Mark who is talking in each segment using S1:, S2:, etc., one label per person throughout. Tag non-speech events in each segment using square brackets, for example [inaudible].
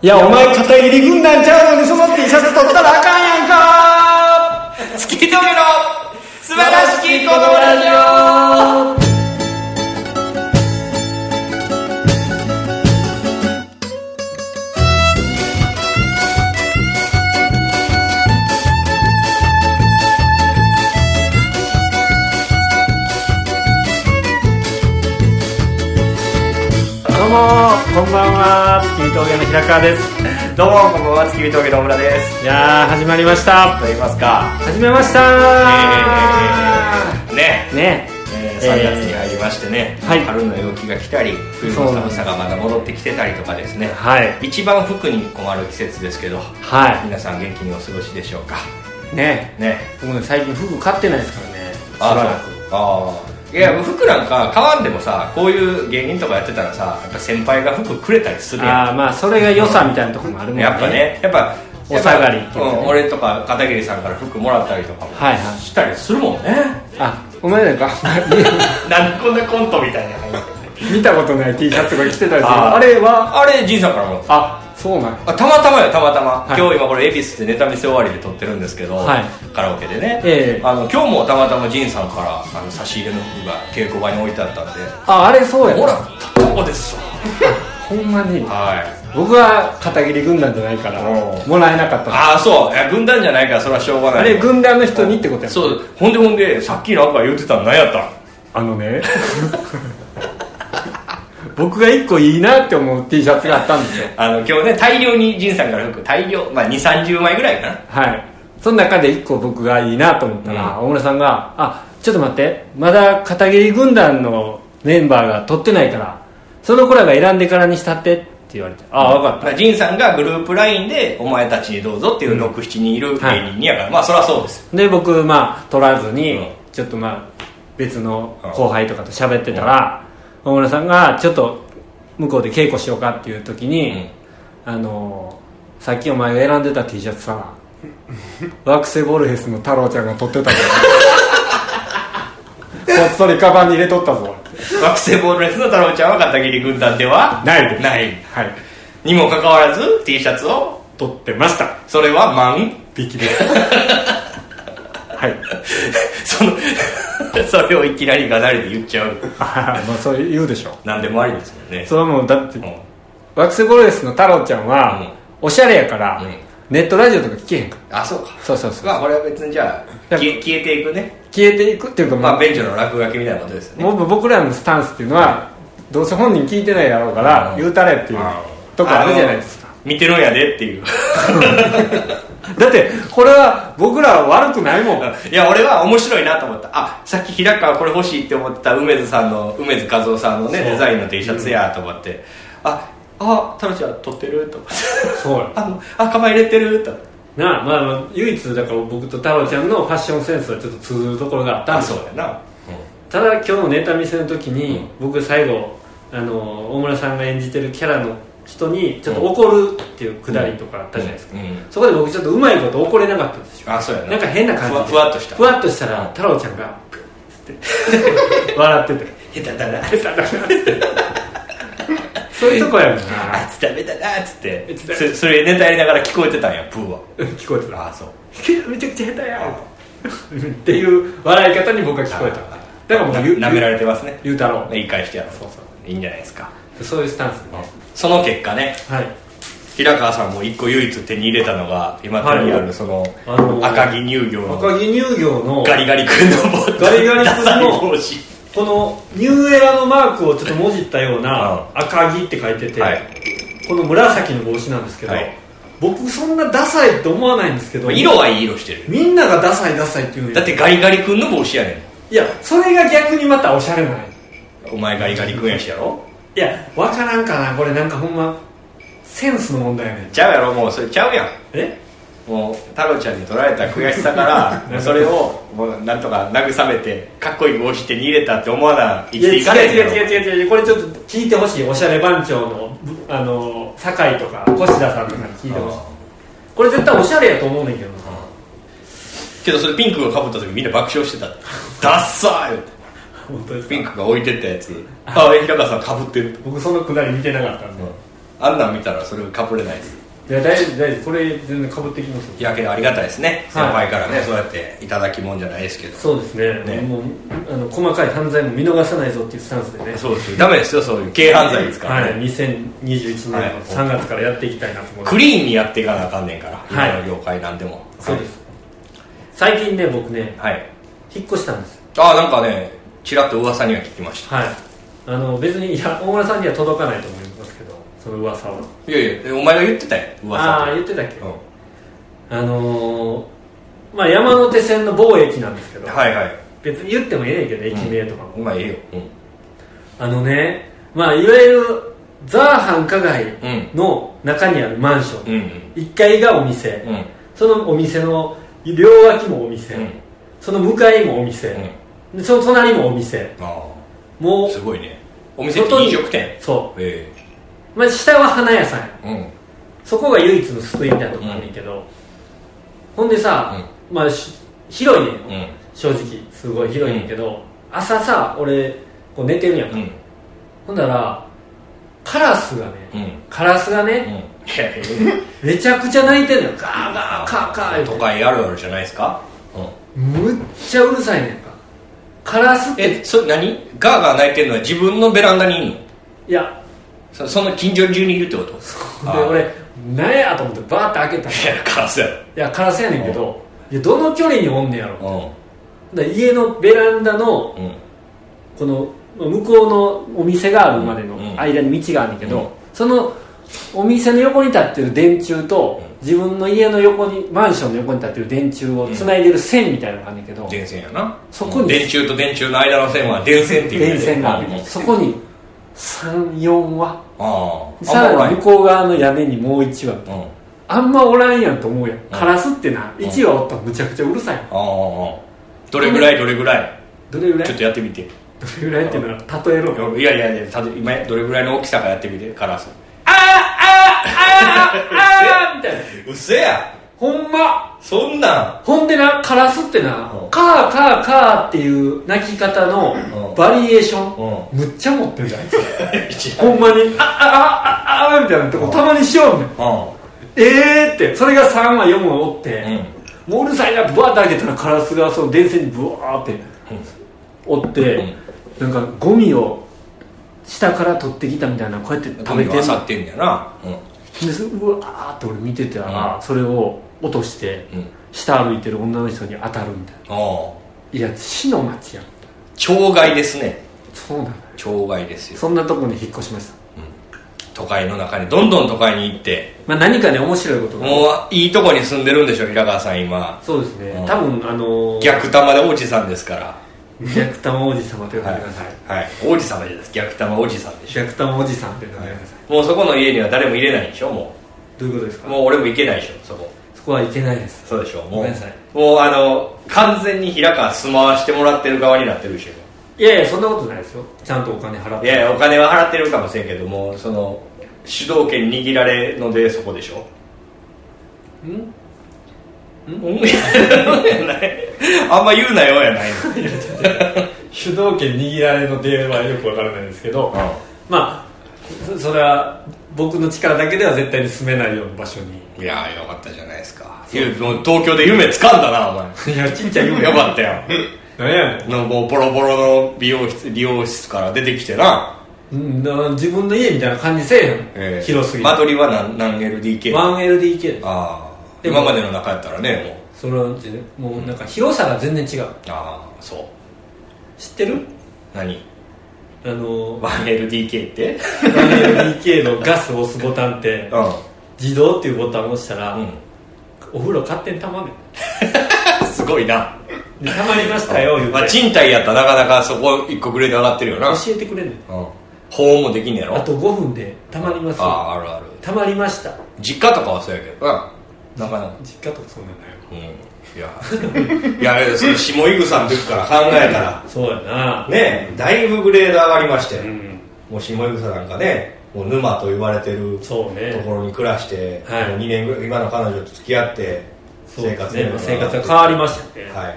S1: いや、お前、片入り軍団ちゃうのに、その T シャツ取ったらあかんやんか
S2: 突き止めろ素晴らしき子供ラジオ
S1: どうも、こんばんは、月見峠の平川です。
S2: [laughs] どうも、こんばんは、月見峠の小村です。
S1: いやー、始まりました。
S2: と言いますか、
S1: 始めました
S2: えー、ね、
S1: ね
S2: えー、3月に入りましてね、
S1: はい
S2: 春の陽気が来たり、冬の寒さがまだ戻ってきてたりとかですね、
S1: はい、
S2: 一番服に困る季節ですけど、
S1: は
S2: 皆さん元気にお過ごしでしょうか。
S1: い、ね
S2: ね。
S1: 僕ね、最近服買ってないですからね、しばらく。
S2: そうあーいや服なんか買わんでもさこういう芸人とかやってたらさやっぱ先輩が服くれたりするやん
S1: あー、まあ、それが良さみたいなところもあるもんね。
S2: やっぱ。ねやっぱ
S1: お下がりっていうかね
S2: うん、俺とか片桐さんから服もらったりとかも
S1: はいはい
S2: したりするもんね、
S1: あ、お前なんか、
S2: なんでこんなコントみたいな
S1: 見たことない T シャツとか着てたりする。
S2: あー
S1: あれは、
S2: あれ仁さんからもらった
S1: あ、そうなん
S2: あたまたまよたまたま、
S1: はい
S2: 今日今これ恵比寿でネタ見せ終わりで撮ってるんですけど、
S1: はい
S2: カラオケでね、
S1: ええ
S2: あの今日もたまたま仁さんからあの差し入れの服が稽古場に置いてあったんで
S1: あ、あれそうやな
S2: ほらここですわ
S1: ほんまに。
S2: はい
S1: 僕は片桐軍団じゃないから
S2: おう
S1: もらえなかった
S2: ああそういや軍団じゃないからそれはしょうがない
S1: あれ軍団の人にってことやう
S2: そうほんでほんでさっきなんか言ってたの何やったん
S1: あのね [laughs] 僕が一個いいなって思う T シャツがあったんですよ
S2: あの今日ね大量に仁さんから服大量まあ2 3 0枚ぐらいかな
S1: はいその中で一個僕がいいなと思ったら、大村さんが「あちょっと待ってまだ片桐軍団のメンバーが取ってないからその子らが選んでからにしたって」って言われて「ああ分かった」
S2: まあ仁さんがグループ LINE で「お前たちにどうぞ」っていう67人いる芸人にやから、まあそりゃそうです
S1: で僕まあ取らずに、
S2: うん
S1: ちょっとまあ別の後輩とかと喋ってたら、大村さんがちょっと向こうで稽古しようかっていう時に、
S2: うん
S1: あのーさっきお前が選んでた T シャツさ [laughs] ワクセボルヘスの太郎ちゃんが取ってたけどこっそりカバンに入れとったぞ
S2: 学生ボールレスの太郎ちゃんは片桐軍団では
S1: ないです
S2: ない
S1: はい
S2: にもかかわらず T シャツを
S1: 取ってました
S2: それは満
S1: ビキです [laughs] はい
S2: [laughs] その [laughs] それをいきなりがなりで言っちゃう
S1: あまあそう言うでしょ
S2: なんでもありですもんね
S1: それはもうだって
S2: うん
S1: ワクセボルエスの太郎ちゃんは、
S2: うん
S1: おしゃれやから、
S2: うん
S1: ネットラジオとか聞けへんか
S2: あそうか
S1: らそうそうそう
S2: まあこれは別にじゃあ
S1: や
S2: 消え消えていくね
S1: 消えていくっていうか、ま
S2: まあ
S1: あ
S2: 便所の落書きみたいなことですよね
S1: もう僕らのスタンスっていうのはどうせ本人聞いてないやろうから、
S2: うん
S1: 言うたれっていう、とかあるじゃないですか
S2: か見てるんやでっていう
S1: だってこれは僕らは悪くないもん
S2: [laughs] いや俺は面白いなと思ったあさっき平川これ欲しいって思ってた梅津さんの梅津和夫さんのね
S1: そう
S2: デザインの T シャツやと思って、ああタロちゃん撮ってると思って
S1: そう
S2: あのあカバン入れてると思って
S1: なあまあ、まあ、唯一だから僕と太郎ちゃんのファッションセンスはちょっと通ずるところがあったん
S2: あ
S1: です
S2: そ
S1: よ
S2: うやな、
S1: ただ今日のネタ見せの時に、僕最後あの大村さんが演じてるキャラの人にちょっと怒るっていうくだりとかあったじゃないですか、
S2: うんうん
S1: そこで僕ちょっとうまいこと怒れなかったんですよ
S2: あそうやな
S1: なんか変な感じで
S2: ふわふわっとした
S1: ふわっとしたら太郎ちゃんがプッつって [laughs] 笑ってて
S2: 下手だな
S1: そういうとこやもんな
S2: あいつダメだなっつって
S1: あいつダメ
S2: そそれネタやりながら聞こえてたんやプーは
S1: 聞こえてた
S2: あそう
S1: [laughs] めちゃくちゃ下手やんっていう笑い方に僕は聞こえただからもう
S2: な
S1: 言う
S2: 舐められてますね
S1: 言うたろう
S2: 言い返してやろうそうそういいんじゃないですか
S1: そういうスタンスね
S2: その結果ね
S1: はい
S2: 平川さんも一個唯一手に入れたのが今手にあ
S1: はい
S2: るその
S1: あのー
S2: 赤城乳業の
S1: 赤城乳業の
S2: ガリガリ君のボ
S1: ガリガリ君の
S2: 君
S1: このニューエラのマークをちょっともじったような赤木って書いてて、
S2: はい
S1: この紫の帽子なんですけど、
S2: はい
S1: 僕そんなダサいと思わないんですけど
S2: 色はいい色してる
S1: みんながダサいダサいって言うのよ
S2: だってガリガリ君の帽子やね
S1: いやそれが逆にまたおしゃれない
S2: んお前ガリガリ君やしやろ
S1: いやわからんかなこれなんかほんまセンスの問題やねん
S2: ちゃうやろもうそれちゃうやん
S1: え
S2: もう太郎ちゃんに取られた悔しさから
S1: [laughs]
S2: それをもうなんとか慰めてかっこいい帽子手に入れたって思わな生きていかない
S1: いや違う違う違う違う違うこれちょっと聞いてほしいおしゃれ番長のぶあの酒井とか越田さんとかに聞いてほしいこれ絶対おしゃれやと思うねんけどな
S2: けどそれピンクが被った時みんな爆笑してたってダッサーよ
S1: 本当ですか
S2: ピンクが置いてったやつああ平川さん被ってる
S1: 僕そのくだり見てなかったんで、
S2: あんなん見たらそれかぶれないです
S1: いや大丈夫大丈夫これ全然かぶってきますよ
S2: いやけどありがたいですね先
S1: はい
S2: 輩からね、そうやっていただきもんじゃないですけど
S1: そうですね
S2: ね
S1: もうあの細かい犯罪も見逃さないぞっていうスタンスでね
S2: そうですよダメですよそういう軽犯罪ですから
S1: は
S2: ね、
S1: い、2021年の
S2: はい
S1: 3月からやっていきたいなと思います、
S2: クリーンにやっていかなあかんねんから、
S1: はい
S2: 今の業界なんでも
S1: そうです最近ね僕ね
S2: はい、はい
S1: 引っ越したんです
S2: ああなんかねちらっと噂には聞きまし
S1: はいあの別にいや大村さんには届かないと思いますけどその噂は
S2: たいやいやお前が言ってたよ噂
S1: ああー言ってたっけ、
S2: うん
S1: あのーまあ山手線の某駅なんですけど、
S2: はいはい
S1: 別に言ってもええねんけど駅名とかも、
S2: お前ええよ
S1: あのねまあいわゆるザー繁華街
S2: うんうん
S1: の中にあるマンション、
S2: うん
S1: 1階がお店、
S2: うんうん
S1: そのお店の両脇もお店、
S2: うん
S1: その向かいもお店、でその隣もお店
S2: あ
S1: も
S2: あ
S1: う
S2: すごいねお店って飲食店
S1: そ
S2: え
S1: う、まあ、下は花屋さんや
S2: えうん
S1: そこが唯一の救いみたいなとこあんねんけど、ほんでさ、まあし広いねん、
S2: うん
S1: 正直すごい広いねんけど、朝さ俺こう寝てるやんか、
S2: うん
S1: ほんだらカラスがね
S2: うんうん
S1: カラスがね、
S2: いやいや
S1: めちゃくちゃ鳴いてんのよガーガーカーカー言うて
S2: 都会あるあるじゃないですか、うん、
S1: むっちゃうるさいねんかカラスって
S2: えそれ何ガーガー泣いてるのは自分のベランダにいるの
S1: いや
S2: そその近所中にいるってこと
S1: で
S2: あー
S1: 俺何やと思ってバーって開けたら
S2: いやカラスや
S1: いやカラスやねんけどいやどの距離におんねやろだか
S2: ろ
S1: ら家のベランダの
S2: うんうん
S1: この向こうのお店があるまでの
S2: うん
S1: 間に道があるんだけど、
S2: うん
S1: そのお店の横に立ってる電柱と
S2: うん
S1: 自分の家の横にマンションの横に立ってる電柱をつないでる線みたいなのがあるんだけど、
S2: 電線やな
S1: そこに
S2: 電柱と電柱の間の線は電線っていうね
S1: 電線がある
S2: うんあ
S1: そこに34話
S2: ああん
S1: さ
S2: まお
S1: ら
S2: らん
S1: に向こう側の屋根にもう1話
S2: うんあ
S1: あんまおらんやんと思うやん、カラスってな1話おったらむちゃくちゃうるさいやん
S2: あああどれぐらいどれぐらい
S1: どれぐらい
S2: ちょっとやってみてい
S1: どれぐらいっていうのは例えろ
S2: やいやいやたと今どれぐらいの大きさかやってみてカラス
S1: あーあーあーあーみたいな
S2: うせや
S1: ほんま
S2: そんなん
S1: ほんでなカラスってな、
S2: うん
S1: カーカーカーっていう鳴き方
S2: う
S1: の
S2: ん
S1: バリエーション、
S2: う
S1: むっちゃ持ってるじゃないですかほんまにあああああみたいなとこたまにしようねんえーってそれが3話4話おって、
S2: うん
S1: もううるさいなブワーって開けたらカラスがその電線にブワーっておって、なんかゴミを下から取ってきたみたいなこうやって
S2: うん
S1: 食べ
S2: 髪
S1: て
S2: が
S1: ん
S2: 漁
S1: の
S2: ってんだよなうん
S1: でそうわーって俺見てたら、
S2: うん
S1: それを落として、
S2: うん
S1: 下歩いてる女の人に当たるみたい
S2: ああ
S1: ないや死の町やん
S2: 鳥害ですね
S1: そうなのよ
S2: 鳥害ですよ
S1: そんなとこに引っ越しました、
S2: 都会の中にどんどん都会に行って
S1: まあ、何かね面白いことが
S2: もういいとこに住んでるんでしょ平川さん今
S1: そうですね、
S2: うん
S1: 多分あのー、
S2: 逆玉で王子さんですから
S1: 逆玉おじ様と呼んで
S2: はい
S1: ください、、
S2: はい、王子様です逆玉おじさんでしょ、
S1: 逆玉おじさんって呼んでください、
S2: もうそこの家には誰も入れないでしょも
S1: どういうことです
S2: う
S1: か
S2: もう俺も行けないでしょそこ
S1: そこはいけないです
S2: そうでしょも
S1: ご
S2: う
S1: めんなさい
S2: もうあの完全に平川住まわしてもらってる側になってるでしょ
S1: いやいやそんなことないですよちゃんとお金払って
S2: いやいやお金は払ってるかもしれんけどもうその主導権握られのでそこでしょ
S1: ん
S2: うんやない [laughs] あんま言うなよやないの
S1: 主導権握られの電話はよくわからないですけどまあそそれは僕の力だけでは絶対に住めないような場所に
S2: いやーよかったじゃないですかいやもう東京で夢掴んだなお
S1: いやちんちゃん
S2: 前よかったよ
S1: 何やね
S2: のもうボロボロの美容室理容室から出てきてな、
S1: んな自分の家みたいな感じせえへん、広すぎて
S2: 間取りは何何 LDK あ
S1: 1LDK です
S2: あ
S1: でも
S2: 今までの中やったらねもう
S1: そのうちねもうなんか広さが全然違う
S2: ああそう
S1: 知ってる
S2: 何
S1: あの
S2: 1LDK って
S1: 1LDK のガス押すボタンって
S2: うん、
S1: 自動っていうボタンを押したら、
S2: う
S1: お風呂勝手にたまんね
S2: ん、すごいなん
S1: でたまりましたよ言うて、
S2: まあ、賃貸やったらなかなかそこ一個グレード上がってるよな、うん、
S1: 教えてくれんねん
S2: 保温もできんねやろ
S1: あと5分でたまります
S2: あ
S1: よ
S2: ああるある
S1: たまりました
S2: 実家とかはそうやけどななかなか
S1: 実家とかそんなんない
S2: うんいやいやその下井草の時から考えたら
S1: そうやな
S2: ねだいぶグレード上がりましたよ、
S1: うん
S2: もう下井草なんかねもう沼と言われてると
S1: そうね
S2: ころに暮らして、
S1: はい
S2: もう2年ぐらい今の彼女と付き合って
S1: そう
S2: 生
S1: です
S2: 活
S1: ね
S2: 面
S1: 生活が変わりましたね
S2: はい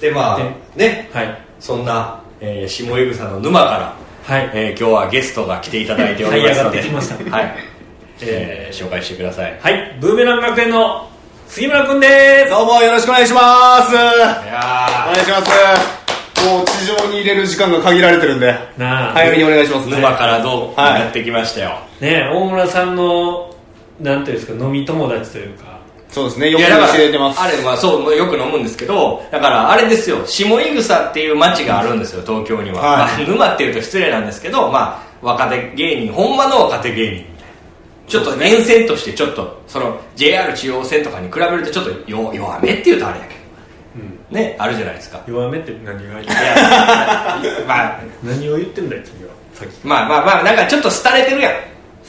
S2: でまあね
S1: はい
S2: そんな、えー下井草の沼から
S1: はい
S2: えー今日はゲストが来ていただいておりますので
S1: はい上がってきまし
S2: はい、えー紹介してください
S1: はいブーメラン学園の杉村君です
S3: どうもよろしくお願いします
S2: い
S3: お
S2: や
S3: 願いしますもう地上に入れる時間が限られてるんで
S1: なあ、
S3: 早めにお願いします
S2: ー沼からどうに
S3: はい
S2: なってきましたよ、
S1: ね大村さんのなんていうんですか飲み友達というか
S3: そうですねよく
S2: いやだから
S3: 教えてます
S2: あれはそうよく飲むんですけどだからあれですよ下井草っていう町があるんですよ東京には、
S3: はい
S2: まあ沼っていうと失礼なんですけどまあ若手芸人ほんまの若手芸人みたいなちょっと沿線としてちょっとその JR 中央線とかに比べるとちょっと弱弱めっていうとあれやけど、ねあるじゃないですかい
S1: 弱めって何が言って
S2: やまあ
S1: 何を言ってんだよ君はさっき
S2: まあまあまあなんかちょっと廃れてるやん、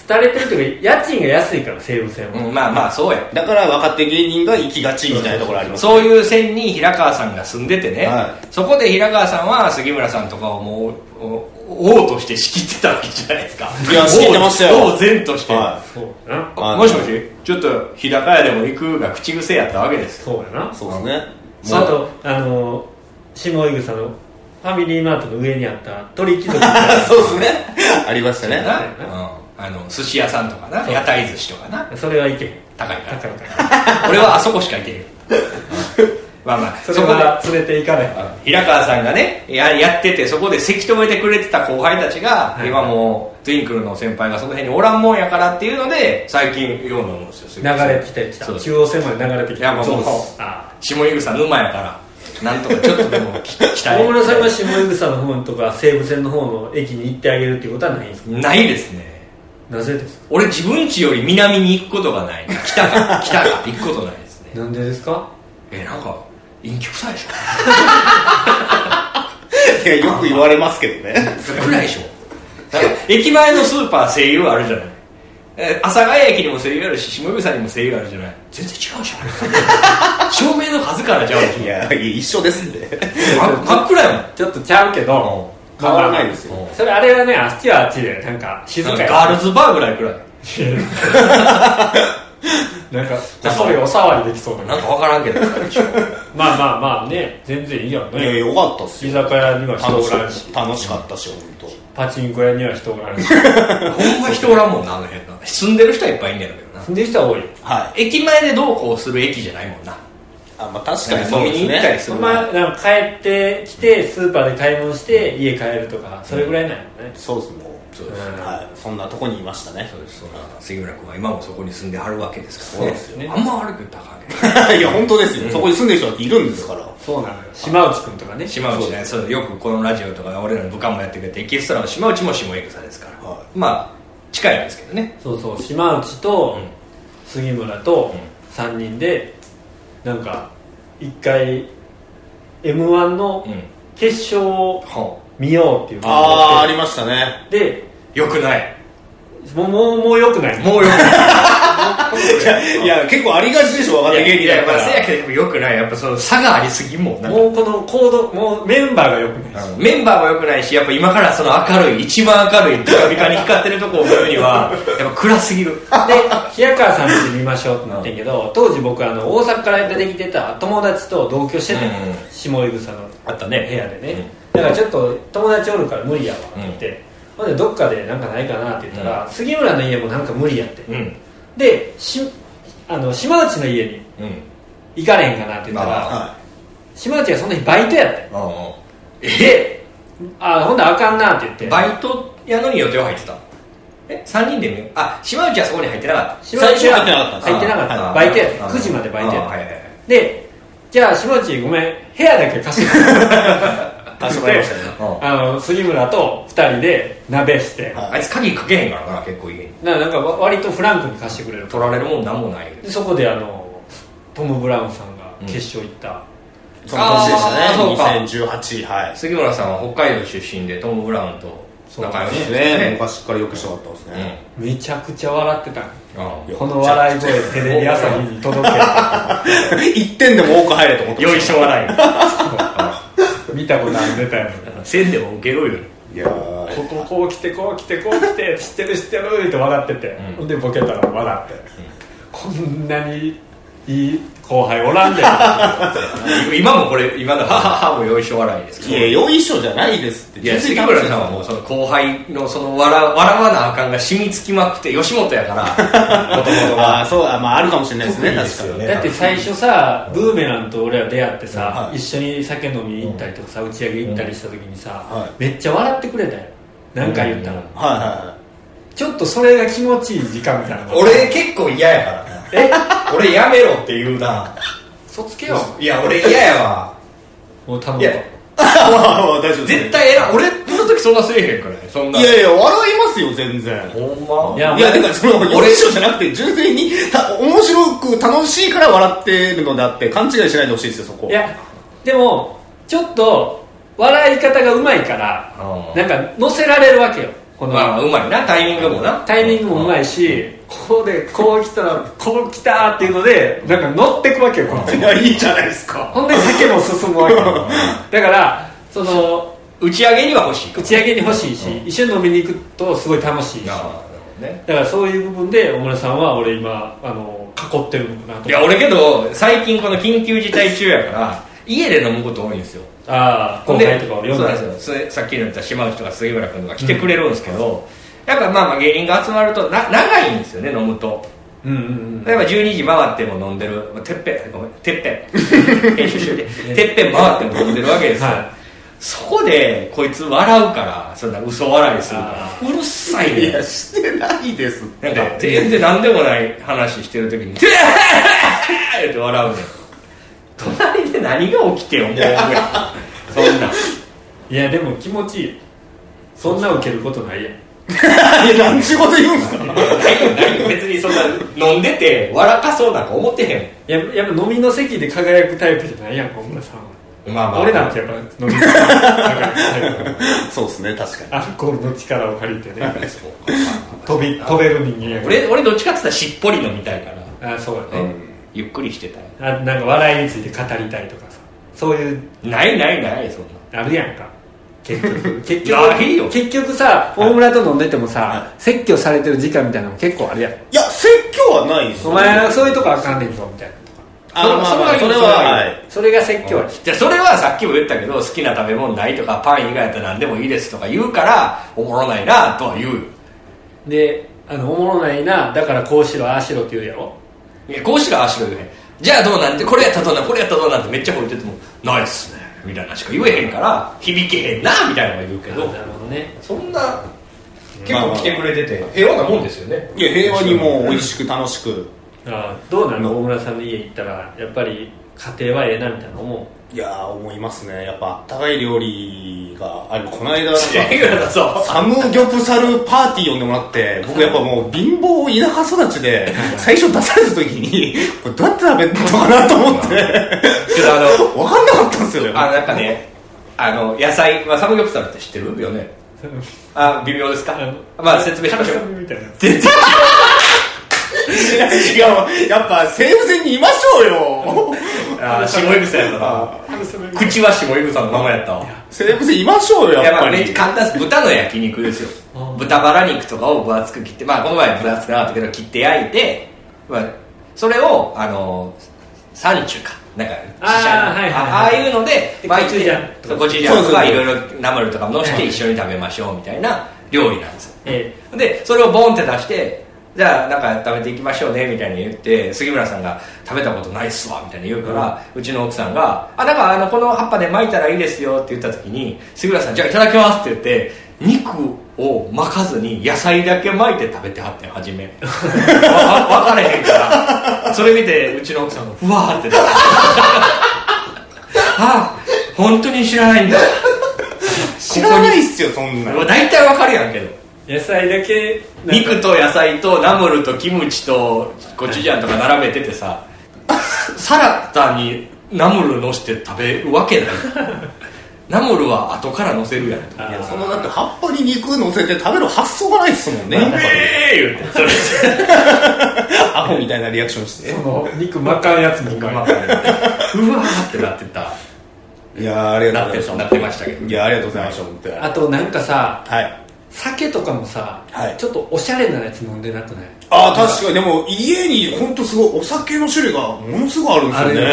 S1: 廃れてるというか家賃が安いから西武線は、
S2: うん、まあまあそうやん
S3: だから若手芸人が行きがちみたいなところあります
S2: そういう線に平川さんが住んでてね、
S3: は
S2: そこで平川さんは杉村さんとかをもうお王として仕切ってたわけじゃないですか
S3: いや仕切ってましたよ
S2: 王王前として、
S3: は
S1: そうやな
S2: あもしもしちょっと日高屋でも行くが口癖やったわけです
S1: そうやない
S3: そうですね
S1: あとあの下井草のファミリーマートの上にあった鳥貴族
S3: そうですねありましたね
S2: な、
S1: そうや
S2: うんあの寿司屋さんとかな
S1: そう
S2: 屋台寿司とかな
S1: それはいけへん
S2: 高い
S3: [laughs]
S1: だ
S2: から
S1: からか
S2: 俺はあそこしか行けへんうんまあ
S3: [laughs]
S2: まあ
S1: そこは連れて行かない
S2: あの平川さんがねややっててそこでせき止めてくれてた後輩たちが、
S1: はい
S2: 今もうツインクルの先輩がその辺におらんもんやからっていうので最近よう飲むんですよ杉
S1: 流
S2: 村さん
S1: れてきてきた
S2: そう
S1: 中央線まで流れてきた
S2: いやまあそうです
S1: あ
S2: 下井草沼やからなんとかちょっとでもき [laughs] 来た
S1: 大
S2: い
S1: 村さんが下井草の方とか西武線の方の駅に行ってあげるっていうことはないんですか
S2: ないですね
S1: なぜですか
S2: 俺自分家より南に行くことがない北か北か行くことないですね
S1: なんでですか
S2: えなんか陰気臭いでし
S3: いやよく言われますけどね
S2: ょ暗いでしょなんか駅前のスーパー声優あるじゃないえ阿佐ヶ谷駅にも声優あるし下草にも声優あるじゃない全然違うじゃん照明の数からじゃ
S3: いや
S2: あ
S3: 一緒ですんで
S2: 真真っ暗や
S1: ちょっとちゃうけど
S3: 変わらないですよ
S2: もん
S1: それあれはねあっちはあっちで [laughs] なんか静
S2: なん
S1: か
S2: か
S1: や
S2: ガールズバーぐらい暗い
S1: なんかこっそりおさわりできそうだな
S2: な
S1: ん
S2: か分からんけ [laughs] ど暗いでしょ
S1: まあまあまあね全然いいやん
S3: いや
S1: ね
S3: よかったっす
S1: 居
S3: よ
S1: 酒屋には人
S3: 楽
S1: お
S3: し
S1: らんし
S3: 楽しかったし本当。
S1: パチンコ屋には人おらんし
S2: ほんま人おらんもんなあの辺な住んでる人はいっぱいいんねやろうけどな
S1: 住んでる人は多いよ
S3: はい
S2: 駅前でどうこうする駅じゃないもんな
S3: あまあ確かに
S2: 飲
S3: そう
S2: み
S3: です
S2: に行ったり
S3: ね
S2: す
S1: ほ
S2: る
S1: ん
S2: もん
S1: まなんか帰ってきてスーパーで買い物して家帰るとかそれぐらいなんよね
S3: そうですも
S2: そう
S3: う
S2: です
S3: はいそんなとこにいましたね
S2: そうですそうなんです杉村君は今もそこに住んではるわけです
S3: そう
S2: からね
S3: です
S1: よ
S2: あんま悪く言ったらあかんね
S3: い
S4: [laughs]
S3: や本当ですよそこに住んでる人だっているんですから
S1: そうなのよ島内くんとかね
S2: 島内ねそうよくこのラジオとか俺らの部下もやってくれてエキストラの島内も下井草ですから、
S3: は
S2: まあ近いんですけどね
S1: そうそう島内と
S2: うん
S1: 杉村と
S2: うん
S1: 3人でなんか一回 m 1の
S2: うん
S1: 決勝を
S2: ほ
S1: 見ようっていうこと
S3: あああり
S1: ま
S3: ましたね
S1: で
S2: うよくない
S1: もうもうもうよくない
S2: もうよくない
S3: いや結構ありがちでしょ若手芸
S2: い
S3: 人
S2: や
S3: だ
S2: やっ
S3: か
S2: ぱ
S3: ら
S2: せやけどよくないやっぱその差がありすぎんもんなんか
S1: もうこの行動もうメンバーがよくないし
S2: メンバーも良くないし、やっぱ今からその明るい、一番明るい、ビカビカに光ってるとこを見るには、やっぱ暗すぎる。
S1: で平川さん見て見ましょうってなってんけど、当時僕あの大阪から出てきてた友達と同居してて、
S2: うん
S1: 下井草の
S2: あった
S1: 部
S2: ね、部
S1: 屋
S2: 屋
S1: で
S2: で
S1: ね、
S2: ね。
S1: だからちょっと友達おるから無理やわって言って、ほんでどっかでなんかないかなって言ったら、杉村の家もなんか無理やって、
S2: うん。
S1: でしあの島内の家に
S2: うん。
S1: 行かれへんかなって言ったら、
S2: あ
S3: は
S1: 島内がその日バイトやって
S2: あ
S1: であほんならあかんなって言って
S2: バイトやのに予定は入ってたえ三3人で見ようあ、島内はそこに入ってなかった。
S1: 島内は
S3: 最初入ってなかった
S1: 入ってなかった
S2: あ
S1: バイトやって
S2: あ
S1: 9時までバイトや
S2: あ
S1: っ
S2: はい
S1: て
S2: はいはい
S1: でじゃあ島内ごめん部屋だけ貸してく
S2: [laughs]
S1: れ
S3: いかしこまりましたね
S1: あの杉村と2人で鍋して
S3: はい
S2: あいつ鍵かけへんからな、結構家に。
S1: ななんかわ割とフランクに貸してくれる
S2: 取られるもんなんもない。
S1: でそこであのトム・ブラウンさんが決勝行った、
S3: その年で
S2: あーそうか
S3: したね2018はい
S2: 杉村さんは北海道出身で、トム・ブラウンと仲良し
S3: そうですね昔からよくしたかったですね
S1: めちゃくちゃ笑ってた
S2: うん。あ
S1: この笑い声テレビ朝日に届け [laughs]
S3: 1点でも多く入れと思ってま
S2: よい
S3: し
S2: しょ笑
S1: 見たことある出たよ
S2: い。 [laughs] せんでも受けろよ。
S3: いいやー
S1: こここう来てこう来てこう来て知ってる知ってるって笑ってて、
S2: うん
S1: ほんでボケたら笑って、こんなにいい後輩おら [laughs] んで
S2: 今もこれ今のはははもよいしょ笑いですけ
S4: い
S2: ど
S4: やよいしょじゃないですって
S2: いや杉村さんはもうその後輩のその笑笑わなあかんが染みつきまくって吉本やからもともと
S4: あ
S2: が
S4: あそうあまああるかもしれないです
S2: 特
S4: ね
S2: にで
S4: 確
S2: す
S4: か
S2: よ
S4: に
S2: ね
S1: だって最初さブーメランと俺ら出会ってさ、
S4: はい
S1: 一緒に酒飲みに行ったりとかさ、打ち上げ行ったりした時にさ、
S4: うんはい
S1: めっちゃ笑ってくれたよ何か言ったら、
S4: はいはいはい
S1: ちょっとそれが気持ちいい時間みたいな
S2: [laughs] 俺結構嫌やからな
S1: え
S2: 俺やめろって
S4: [laughs]
S2: 言うな
S1: そつけ
S2: いや俺嫌やわ
S1: もう頼
S2: い
S1: む
S2: や
S1: わ
S4: ああああ大丈夫です
S2: 絶対偉い俺の時そんなせえへんからねそんない
S4: やいや笑いますよ全然
S2: ほんま
S1: いや
S4: いやだからその俺以上じゃなくて純粋にた面白く楽しいから笑ってるのであって勘違いしないでほしいですよそこ
S1: いやでもちょっと笑い方がうまいから
S2: うん
S1: なんか乗せられるわけよこの、
S2: まあうまいなタイミングもな
S1: タイミングもうまいしここでこう来たらこう来たーっていうのでなんか乗ってくわけよこっち
S4: いやいいじゃないですか
S1: ほんで酒も進むわけ
S2: [laughs]
S1: よだからその
S2: 打ち上げには欲しいか
S1: 打
S2: も
S1: ち上げに欲しいし、一緒に飲みに行くとすごい楽しいし
S2: な
S1: だか
S2: あなるほどね
S1: らそういう部分で小村さんは俺今あの囲ってるのかなと
S2: いや俺けど最近この緊急事態中やから家で飲むこと多いんですよ
S1: ああ後輩とかを呼ん
S2: そうな
S1: だ
S2: んですよそれさっきの言った島内とか杉村君が来てくれるんですけど、やっぱまあまあ芸人が集まるとな長いんですよね飲むと
S1: うんうんうん
S2: 例えば12時回っても飲んでる、まあてっぺんごめんてっぺ
S1: [laughs]
S2: ん編集終了てっぺん回っても飲んでるわけですよ、
S1: は
S2: そこでこいつ笑うからそんな嘘笑いする
S1: あ
S2: からうるさい
S4: い
S2: ね
S4: やしてないですって
S2: なんか全然何でもない話してる
S1: [laughs]
S2: 時に「って笑うねん隣で何が起きてよもうそんなん
S1: いやでも気持ちいいそんな受けることないやん
S4: いや何ちゅうこと言うんです
S2: な
S4: か
S2: いよないよ別にそんな飲んでて笑かそうなんか思ってへ
S1: やっぱやっぱ飲みの席で輝くタイプじゃないやん小村さんは、
S2: んまあ
S1: 俺なんてやっぱ飲みの席で輝くタイプだか
S4: そうですね確から
S1: アルコールの力を借りてね飛び飛べる人間やから
S2: 俺俺どっちかって言ったらしっぽり飲みたいから、
S1: あそうだね、
S2: ゆっくりしてたい
S1: あなんか笑いについて語りたいとかさそういう
S2: ないないないそんな
S1: あるやんか結
S2: [laughs]
S1: 局結
S2: ないよ
S1: 局結局さ大村と飲んでてもさ
S4: は
S1: 説教されてる時間みたいなのも結構あるやん
S4: いや説教はないです
S1: お前らそういうとこあかんねんぞみたいな
S4: あまあまあそれははい
S1: それが説教やし
S2: じゃあそれはさっきも言ったけど好きな食べ物ないとかパン以外やったら何でもいいですとか言うからおもろないなとは言うよ
S1: であのおもろないなだからこうしろああしろって言うやろ
S2: いやこうしろああしろ言えへんじゃあどうなんてこれやったらどうなんこれやったらどうなんてめっちゃ褒めててもないっすねみたいなしか言えへんから響けへんなみたいなのは言うけど
S1: なるほどね
S2: そんな結
S4: まあま
S2: 構
S4: あ
S2: 来てくれてて平和なもんですよね
S4: いや平和にもう美味しく楽しく
S1: ああどうなの大村さんの家行ったらやっぱり家庭はええなみたいな思
S4: いやー思いますねやっぱあったかい料理があれこの間なんか
S2: 杉村さん
S4: サムギョプサルパーティー呼んでもらって僕やっぱもう貧乏田舎育ちで最初出された時にこれどうやって食べるのかなと思って
S2: けどあの
S4: 分かんなかったんですよ
S2: あなんかねあの野菜、まあ、サムギョプサルって知ってるよね
S1: う
S2: あ微妙ですかまあ説明しましょう
S1: みたいな
S2: 全然
S4: 違うやっぱ西武線にいましょうよ
S2: あ下井草やったな口は下井草のままやったわ
S4: 西武線いましょうよ
S2: いや
S4: やっ
S2: ま
S4: ぱ
S2: あ
S4: り
S2: めっちゃ簡単です豚の焼肉ですよ
S1: うん
S2: 豚バラ肉とかを分厚く切ってまあこの前分厚くなかったけど切って焼いて、まあ、それをあのサンチュかなんか
S1: あー
S2: シシャ
S1: はいはいはい
S2: あああいうので
S1: で
S2: 巻いて
S1: コチュジャンとか
S2: そうコチュジャンとか
S4: そ
S2: い
S4: うそうそう
S2: ろいろナムルとかのして一緒に食べましょうみたいな料理なんですよ
S1: え
S2: でそれをボンって出してじゃあなんか食べていきましょうねみたいに言って杉村さんが食べたことないっすわみたいに言うから、うちの奥さんが「あだからあのこの葉っぱで巻いたらいいですよ」って言った時に杉村さん「じゃあいただきます」って言って肉を巻かずに野菜だけ巻いて食べてはってん初めわわ分かれへんからそれ見てうちの奥さんがふわーってな [laughs] ってあ本当に知らないんだ
S4: 知らないっすよそんな
S2: もう大体わかるやんけど
S1: え野菜だけなんか
S2: 肉と野菜とナムルとキムチとコチュジャンとか並べててさサラダにナムルのして食べるわけないナムルは後からのせるやんと
S1: あ
S4: い
S1: ー
S4: やそのだって葉っぱに肉乗せて食べる発想がないっすもんねやっぱり
S2: ええ言ってそれ
S4: アホみたいなリアクションして
S1: その肉巻かんやつもうま [laughs] い
S2: でうわーってなってた
S4: いやーありが
S2: なって
S4: とうございま
S2: なってましたけ
S4: し
S2: ど
S4: たいやありがとうございました本当に
S1: あとなんかさ
S4: はい
S1: 酒とかもさ、
S4: はい
S1: ちょっとおしゃれなやつ飲んでなくない
S4: ああ確かにでも家に本当すごいお酒の種類がものすごいあるんです
S1: あ
S4: よ
S1: れ
S4: ね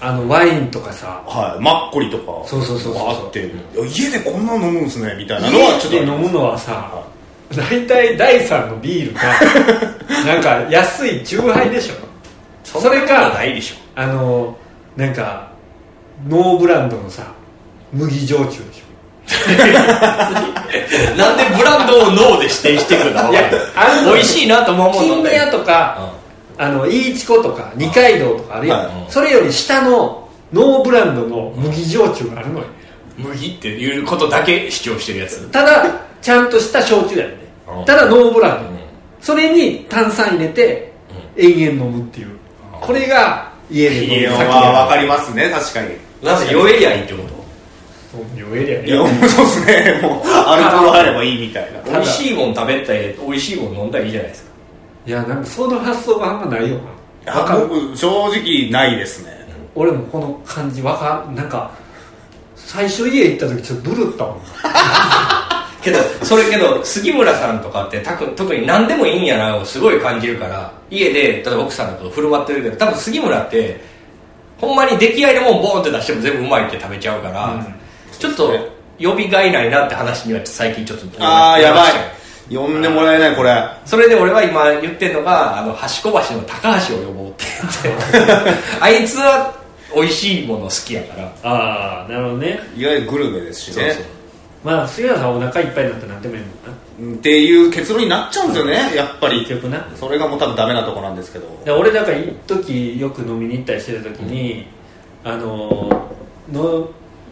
S1: あのワインとかさ
S4: はいマッコリとか
S1: そうそうそうそう
S4: あって家でこんなの飲むんですねみたいなのはちょっと
S1: 家で飲むのはさ大体第3のビールかなんか安いチューハイでしょそれ
S2: は
S1: か
S2: ないでしょ
S1: あのなんかノーブランドのさ麦焼酎でし
S2: なんでブランドをノーで指定してくるの
S1: ょいやあの
S2: 美味しいなとも思うも
S1: 金
S2: ん
S1: 宮とか、あのいいちことか二階堂とかあるやん、
S4: は
S1: それより下のノーブランドの麦焼酎があるのよ
S2: 麦っていうことだけ主張してるやつ
S1: ただちゃんとした焼酎だよね
S2: うん
S1: ただノーブランド、
S2: うん
S1: それに炭酸入れて延々飲むっていう、これが家で飲
S4: 家
S1: む
S4: は
S1: 酒
S4: わかりますね確かに
S2: なぜ酔えりゃいいってこと
S1: 酔えりゃね
S4: いやそうですねもうアルコールあればいいみたいな
S1: だ
S2: 美味しいもん食べたり美味しいもん飲んだらいいじゃないですか
S1: いやなんかその発想があんまないよなわか
S4: あ
S1: る
S4: 僕正直ないですね
S1: 俺もこの感じわかんなんか最初家行った時ちょっとブルったもん
S2: けどそれけど杉村さんとかってたく特に何でもいいんやなをすごい感じるから家で例えば奥さんと振る舞ってるけど多分杉村ってほんまに出来合いでもうボーンって出しても全部うまいって食べちゃうから、ちょっと呼びがいないなって話には最近ちょっと
S4: ああやばい呼んでもらえないこれ
S2: それで俺は今言ってるのがあの端っこ橋の高橋を呼ぼうって言って [laughs] あいつは美味しいもの好きやから
S1: ああなるほどね
S4: いわゆるグルメですしね
S2: そう
S1: まあ杉原さんお腹いっぱいになったらなんでもいいもんな
S4: っていう結論になっちゃうんですよねやっぱり
S1: 結局な
S4: それがもう多分ダメなとこなんですけど
S1: で俺だから一時よく飲みに行ったりしてる時に、あのーの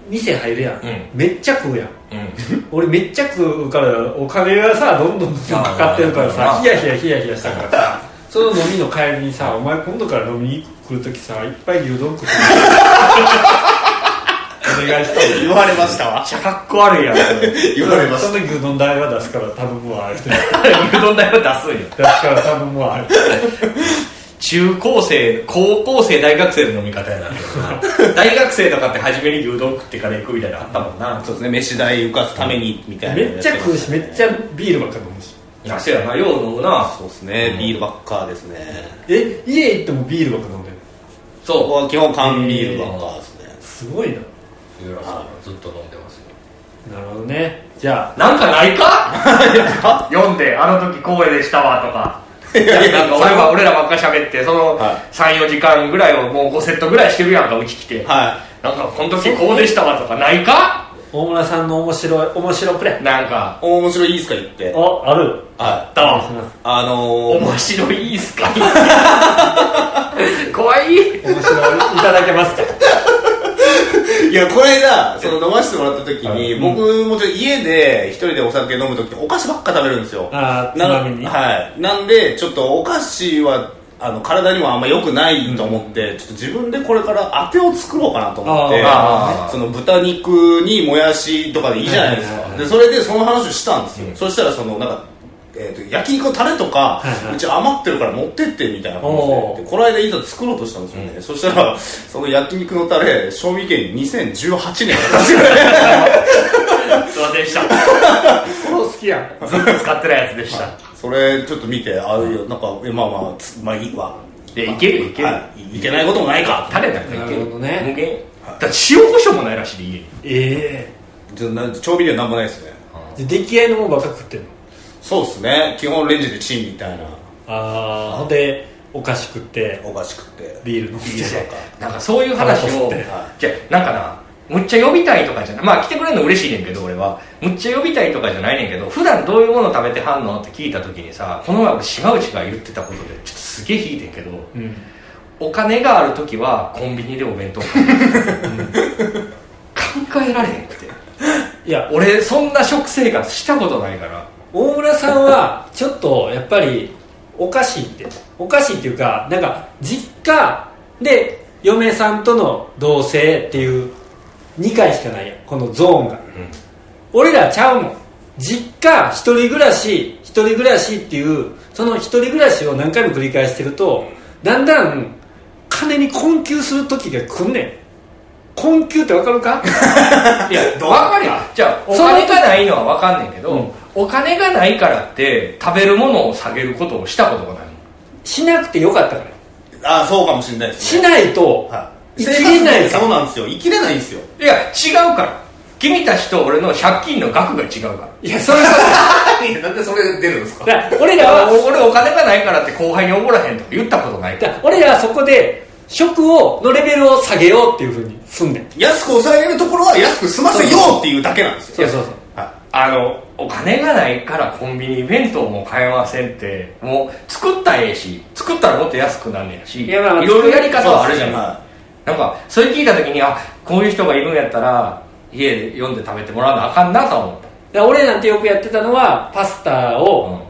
S1: 店入るやん、
S2: うん
S1: めっちゃ食うやん
S2: うん
S1: 俺めっちゃ食うからお金がさどんどんさかかってるから
S2: あ
S1: さ
S2: ー
S1: ヒヤヒヤヒヤヒヤしたからさ [laughs] その飲みの帰りにさ「お前今度から飲みに来る時さいっぱい牛丼食ってくれお願いして
S4: 言われましたわ
S2: めっちゃかっこ [laughs] 悪いやん
S4: [laughs] [laughs] 言われまし
S1: その時牛丼代は出すから頼むわ」って出す
S2: 牛丼代は出すんよ
S1: から頼むわ
S4: [laughs]
S1: って
S2: 中高生高校生大学生の飲み方や [laughs] な大学生とかって初めに牛丼食ってから行くみたいなのあったもん
S4: た
S2: な
S4: そうですね飯代浮かすためにみたいな
S1: めっちゃ食うしめっちゃビールばっか飲むし
S2: いやせやなよう飲むな
S4: そうですねビールばっかですね
S1: え家行ってもビールばっか飲んでる
S4: 僕
S2: そ
S4: は基本缶ビールばっかですね
S1: すごいな
S2: う杉浦さんはずっと飲んでますよ
S1: なるほどねじゃ
S2: なんかないか [laughs] 読んであの時光栄でしたわとかなんか俺は俺らばっか喋ってその
S4: は
S2: 34時間ぐらいをもう5セットぐらいしてるやんかうち来て
S4: は
S2: なんかこの時こうでしたわとかないか
S1: あ大村さんの面白い面白くれ
S2: なんか [laughs]
S4: い面白いいいですか言ってはい
S1: おある
S2: あったわ
S4: あのー、
S2: 面白いっす [laughs] か怖い
S1: 面白いいただけますか
S4: いやこの間その飲ませてもらった時に、僕もちょっと家で一人でお酒飲む時ってお菓子ばっか食べるんですよ
S1: あー
S4: な
S1: つまみに
S4: はいなんでちょっとお菓子はあの体にもあんま良くないと思って、ちょっと自分でこれからあてを作ろうかなと思って
S2: あー
S4: その豚肉にもやしとかでいいじゃないです
S1: はいはい
S4: か
S1: はい
S4: でそれでその話をしたんですよ、そしたらそのなんかえー、と焼肉のタレとか、
S1: いはいう
S4: ち余ってるから持ってってみたいな感じ
S1: おー
S4: ででこの間いざ作ろうとしたんですよね、そしたらその焼肉のタレ賞味期限2018年だった
S1: [laughs]
S4: んですよね
S2: すいませんでした
S1: フォロー好きやん
S2: ずっと使ってないやつでした
S4: それちょっと見てああいうなんかえまあまあつまあいいわ
S2: いやいけるよいけるよ
S4: はい、いけないこともないか
S2: タレなんかいけ
S1: な
S2: る
S1: るほどね
S2: 無限だって塩コショウもないらしいで家に
S1: え
S4: ちょな調味料なんもないですね
S1: えで出来合いのもんばっか食ってんの
S4: そうですね基本レンジでチンみたいな
S1: ああほんでお菓子食って
S4: お菓子食って
S1: ビール飲んで
S2: いいじゃんなんかそういう
S1: タ
S2: 話
S1: バコ吸
S2: を
S1: って
S2: じゃあなんかなむっちゃ呼びたいとかじゃないまあ来てくれるの嬉しいねんけど俺はむっちゃ呼びたいとかじゃないねんけど普段どういうもの食べてはんのって聞いた時にさこの前俺島内が言ってたことでちょっとすげえ引いてんけど
S1: うん
S2: お金がある時はコンビニでお弁当
S1: [laughs]
S2: 買う考えられへんくて
S1: いや
S2: 俺そんな食生活したことないから
S1: 大村さんはちょっとやっぱりおかしいっておかしいっていうかなんか実家で嫁さんとの同棲っていう2回しかないやんこのゾーンが、俺らちゃうもん実家一人暮らし一人暮らしっていうその一人暮らしを何回も繰り返してるとだんだん金に困窮する時が来んねん困窮ってわかるか
S2: いや分かるよじゃあお金がないのは分かんねんけど、
S1: うん
S2: お金がないからって食べるものを下げることをしたことがない
S1: しなくてよかったから
S4: ああそうかもしれないです
S1: し
S4: ね
S1: ないと
S4: はい
S1: 生きれないか
S4: そう
S1: ら
S4: なんですよ生きれないんですよ
S2: いや違うから君たちと俺の借金の額が違うから
S1: いやそれは
S4: なんでそれ出るんです
S1: だから [laughs] 俺
S2: い
S1: ら
S2: や
S1: は
S2: 俺お金がないからって後輩におごらへんとか言ったことないか
S1: だ
S2: ら
S1: から俺らはそこで食をのレベルを下げようっていうふうにすんねん
S4: 安く抑えれるところは安く済ませようっていうだけなんですよ
S1: そうそうそう
S4: は
S2: あのお金がないからコンビニ弁当も買えませんってもう作ったらええし作ったらもっと安くなんねやし
S1: いやまあ
S2: いろいろやり
S4: い
S2: 方はあるじゃない、
S4: は
S2: なんかそれ聞いた時にあこういう人がいるんやったら家で読んで食べてもらわなあかんなとは思っ
S1: だから俺なんてよくやってたのはパスタ
S2: た、
S1: を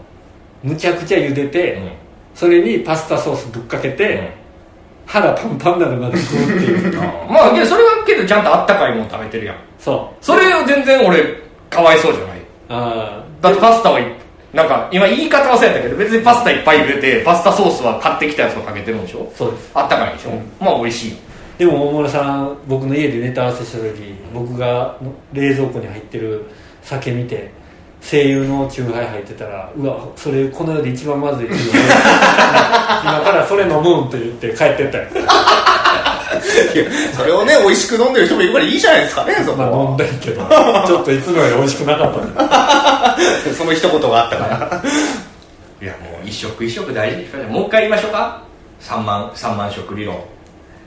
S1: むちゃくちゃ茹でて、
S2: うん
S1: それにパスタソースぶっかけて、腹パンパンなのまで食うっていう [laughs]
S2: うんまあいやそれはけどちゃんとあったかいもん食べてるやん
S1: そう
S2: それを全然俺かわいそうじゃない
S1: あ
S2: だってパスタをいなんか今言い方忘れたけど別にパスタいっぱい入れてパスタソースは買ってきたやつをかけてるんでしょ
S1: ーそうです
S2: あったかいでしょ、まあ美味しいよ
S1: でも大村さん僕の家でネタ合わせした時僕が冷蔵庫に入ってる酒見て声優のチューハイ入ってたらうわそれこの世で一番まずい [laughs] 今からそれ飲むんと言って帰ってったよ
S4: いいやそれをね美味しく飲んでる人もいるからいいじゃないですかねそ
S1: まあ
S4: こ
S1: 飲んだけどちょっといつもより美味しくなかったんだ
S4: その一言があったから
S2: いやもう一食一食大事ですからねもう一回言いましょうか3万三万食理論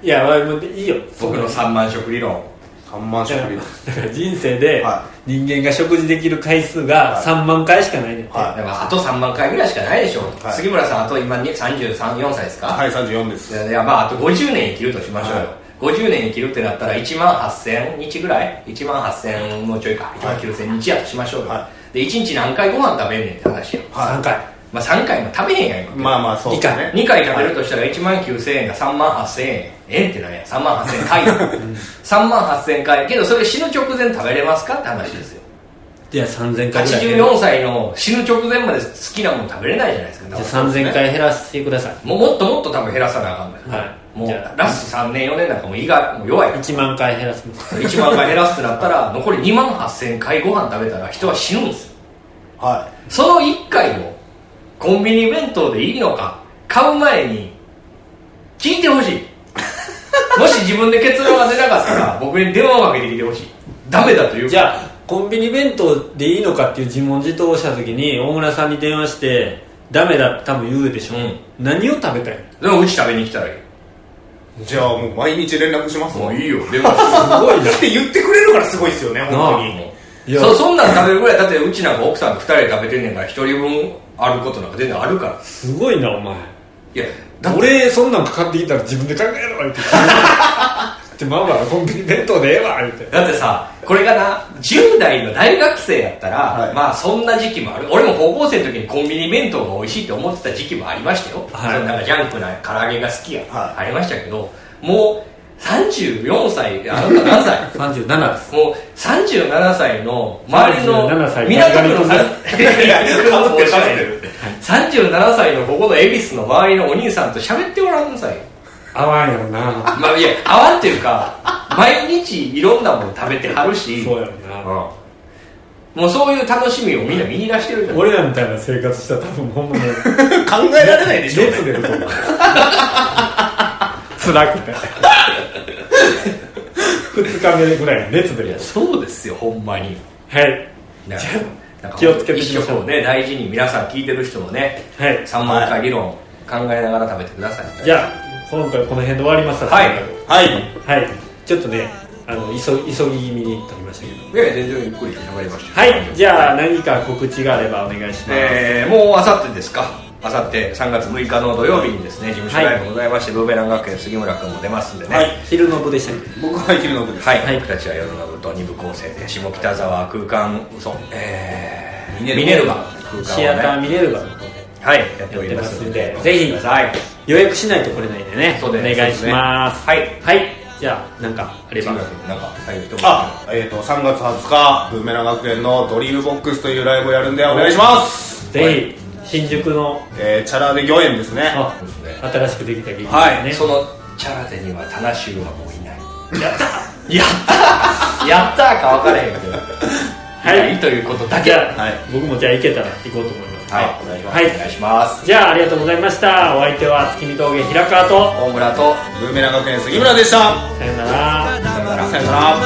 S1: いやまあもういいよ
S2: 僕の3万食理論
S4: 3万
S1: だからだから人生で
S4: は
S1: 人間が食事できる回数が3万回しかないねんて、
S2: だか
S4: は
S2: らあと3万回ぐらいしかないでしょ、
S4: はい
S2: 杉村さんあと今334歳ですか、
S4: いはい34で
S2: い
S4: す
S2: やいやまああと50年生きるとしましょうよ、
S4: は
S2: 50年生きるってなったら1万8000日ぐらい1万8000もうちょいか1万9000日やとしましょうよ、
S4: は
S2: で1日何回ご飯食べんねんって話やん、
S4: はい
S1: 3回
S2: まあ、3回も食べへんやん今
S4: まあまあそうですね
S2: 2回食べるとしたら1万9000円が3万8000円えんってなんや3万8000回3 [laughs] 万8000回けどそれ死ぬ直前食べれますかって話ですよ
S1: じゃあ3000回ぐらい減る
S2: 84歳の死ぬ直前まで好きなもの食べれないじゃないですか
S1: じゃあ3000回減らしてください
S2: もうもっともっと多分減らさなあかんの
S1: は
S2: よ、
S1: い
S2: もう
S1: じゃあ
S2: ラスト3年4年なんかもう胃がもう
S1: [laughs]
S2: 弱い
S1: 1万回減らします
S2: 1万回減らすってなったら残り2万8000回ご飯食べたら人は死ぬんですよ
S4: は
S2: その1回をコンビニ弁当でいいのか買う前に聞いてほしい
S1: [laughs]
S2: もし自分で結論が出なかったら僕に電話をかけてきてほしいダメだという
S1: じゃあコンビニ弁当でいいのかっていう自問自答をした時に大村さんに電話してダメだって多分言うでしょ、
S2: うん
S1: 何を食べたい
S2: でもうち食べに来たらいい
S4: いじゃあもう毎日連絡します
S2: も
S4: も
S2: うんいいよ電話して
S1: すごいな
S4: って言ってくれるからすごいですよね本当に
S2: も
S1: いや
S2: [laughs] そそんなん食べるぐらいだってうちなんか奥さんと2人で食べてんねんから1人分あることなんか全然あるから
S1: すごいなお前
S2: いやだって
S1: 俺そんなんかかってきたら自分で考えろ言ってってまあまあコンビニ弁当でええわ言うて
S2: だってさこれがな10代の大学生やったら、
S4: はい
S2: まあそんな時期もある俺も高校生の時にコンビニ弁当が美味しいって思ってた時期もありましたよ、
S1: はい
S2: そのなんかジャンクな唐揚げが好きや、
S4: は
S2: ありましたけどもう34歳あなた何歳
S1: [laughs] 37です
S2: もう37歳の周りの
S1: 37歳
S2: 港区の
S1: ガリ
S4: ガリガリ
S2: 37歳のここの恵比寿の周りのお兄さんと喋ってもらうんさい
S1: 合わんやろな
S2: まあいや合わんっていうか毎日いろんなもの食べてはるし
S1: そうやろな
S2: もうそういう楽しみをみんな見出してるじゃない
S1: 俺らみたいな生活したら多分ほんまに
S4: 考えられないでしょうね
S1: 熱出ると思う [laughs] 辛くて2日目ぐらいに熱出るやつ
S2: そうですよほんまに
S1: はい
S2: だか
S1: じゃ
S2: らなんか
S1: 気をつけていきましょう
S2: 一食をね大事に皆さん聞いてる人もね
S1: はい
S2: 3万回理論考えながら食べてください
S1: じゃあ今回この辺で終わります
S2: はい
S4: はい
S1: はいちょっとねあの急ぎ急ぎ気味に撮りましたけど
S2: いやいや全然ゆっくり喋りました
S1: は
S2: よ
S1: いじゃあ何か告知があればお願いします、
S2: えーもうあさってですかあさって3月6日の土曜日にですね事務所ライブございまして、ブーメラン学園杉村君も出ますんでね、
S4: はい
S1: 昼の部でしたっけ
S4: 僕は生きるのです
S2: はい、
S1: はい
S2: 僕たちは夜の部と二部構成で下北沢空間嘘えー、
S4: ミネルバ
S2: ミネルバ空間をね
S1: シアターミネルバの方で
S2: はいやって
S1: や
S2: おります
S1: ってますんでぜひ
S2: はい
S1: 予約しないと来れないんでね
S2: そうです
S1: お願いします
S2: はい
S1: はいじゃあ何かあれ
S2: 杉
S1: ば
S2: 村君なんか最後一言
S4: あ、えっ、と、3月20日、ブーメラン学園のドリームボックスというライブをやるんで、お願いします
S1: ぜひ新宿の
S4: えー、チャラで御苑ですね。
S1: あ
S2: そうですね
S1: 新しくできた劇場
S2: はい、
S1: ね
S2: そのチャラテにはタナ [laughs] シュウはもういないやったやったーやったーか分からへんけど以来ということだけは
S4: はい
S1: 僕もじゃあ行けたら行こうと思います
S2: い
S4: お願いします
S1: はい
S2: お願いします
S1: じゃあありがとうございましたお相手は月見峠平川と
S2: 大村と
S4: ブーメラン学園杉村でした
S1: さよなら
S5: さよな
S4: ら
S5: ら
S4: さよなら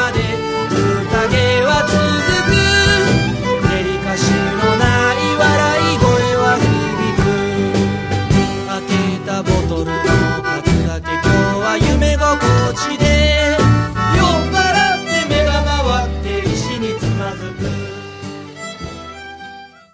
S5: 宴は続くデリカシーのない笑い声は響く開けたボトルの数だけ今日は夢心地で酔っ払って目が回って石につまずく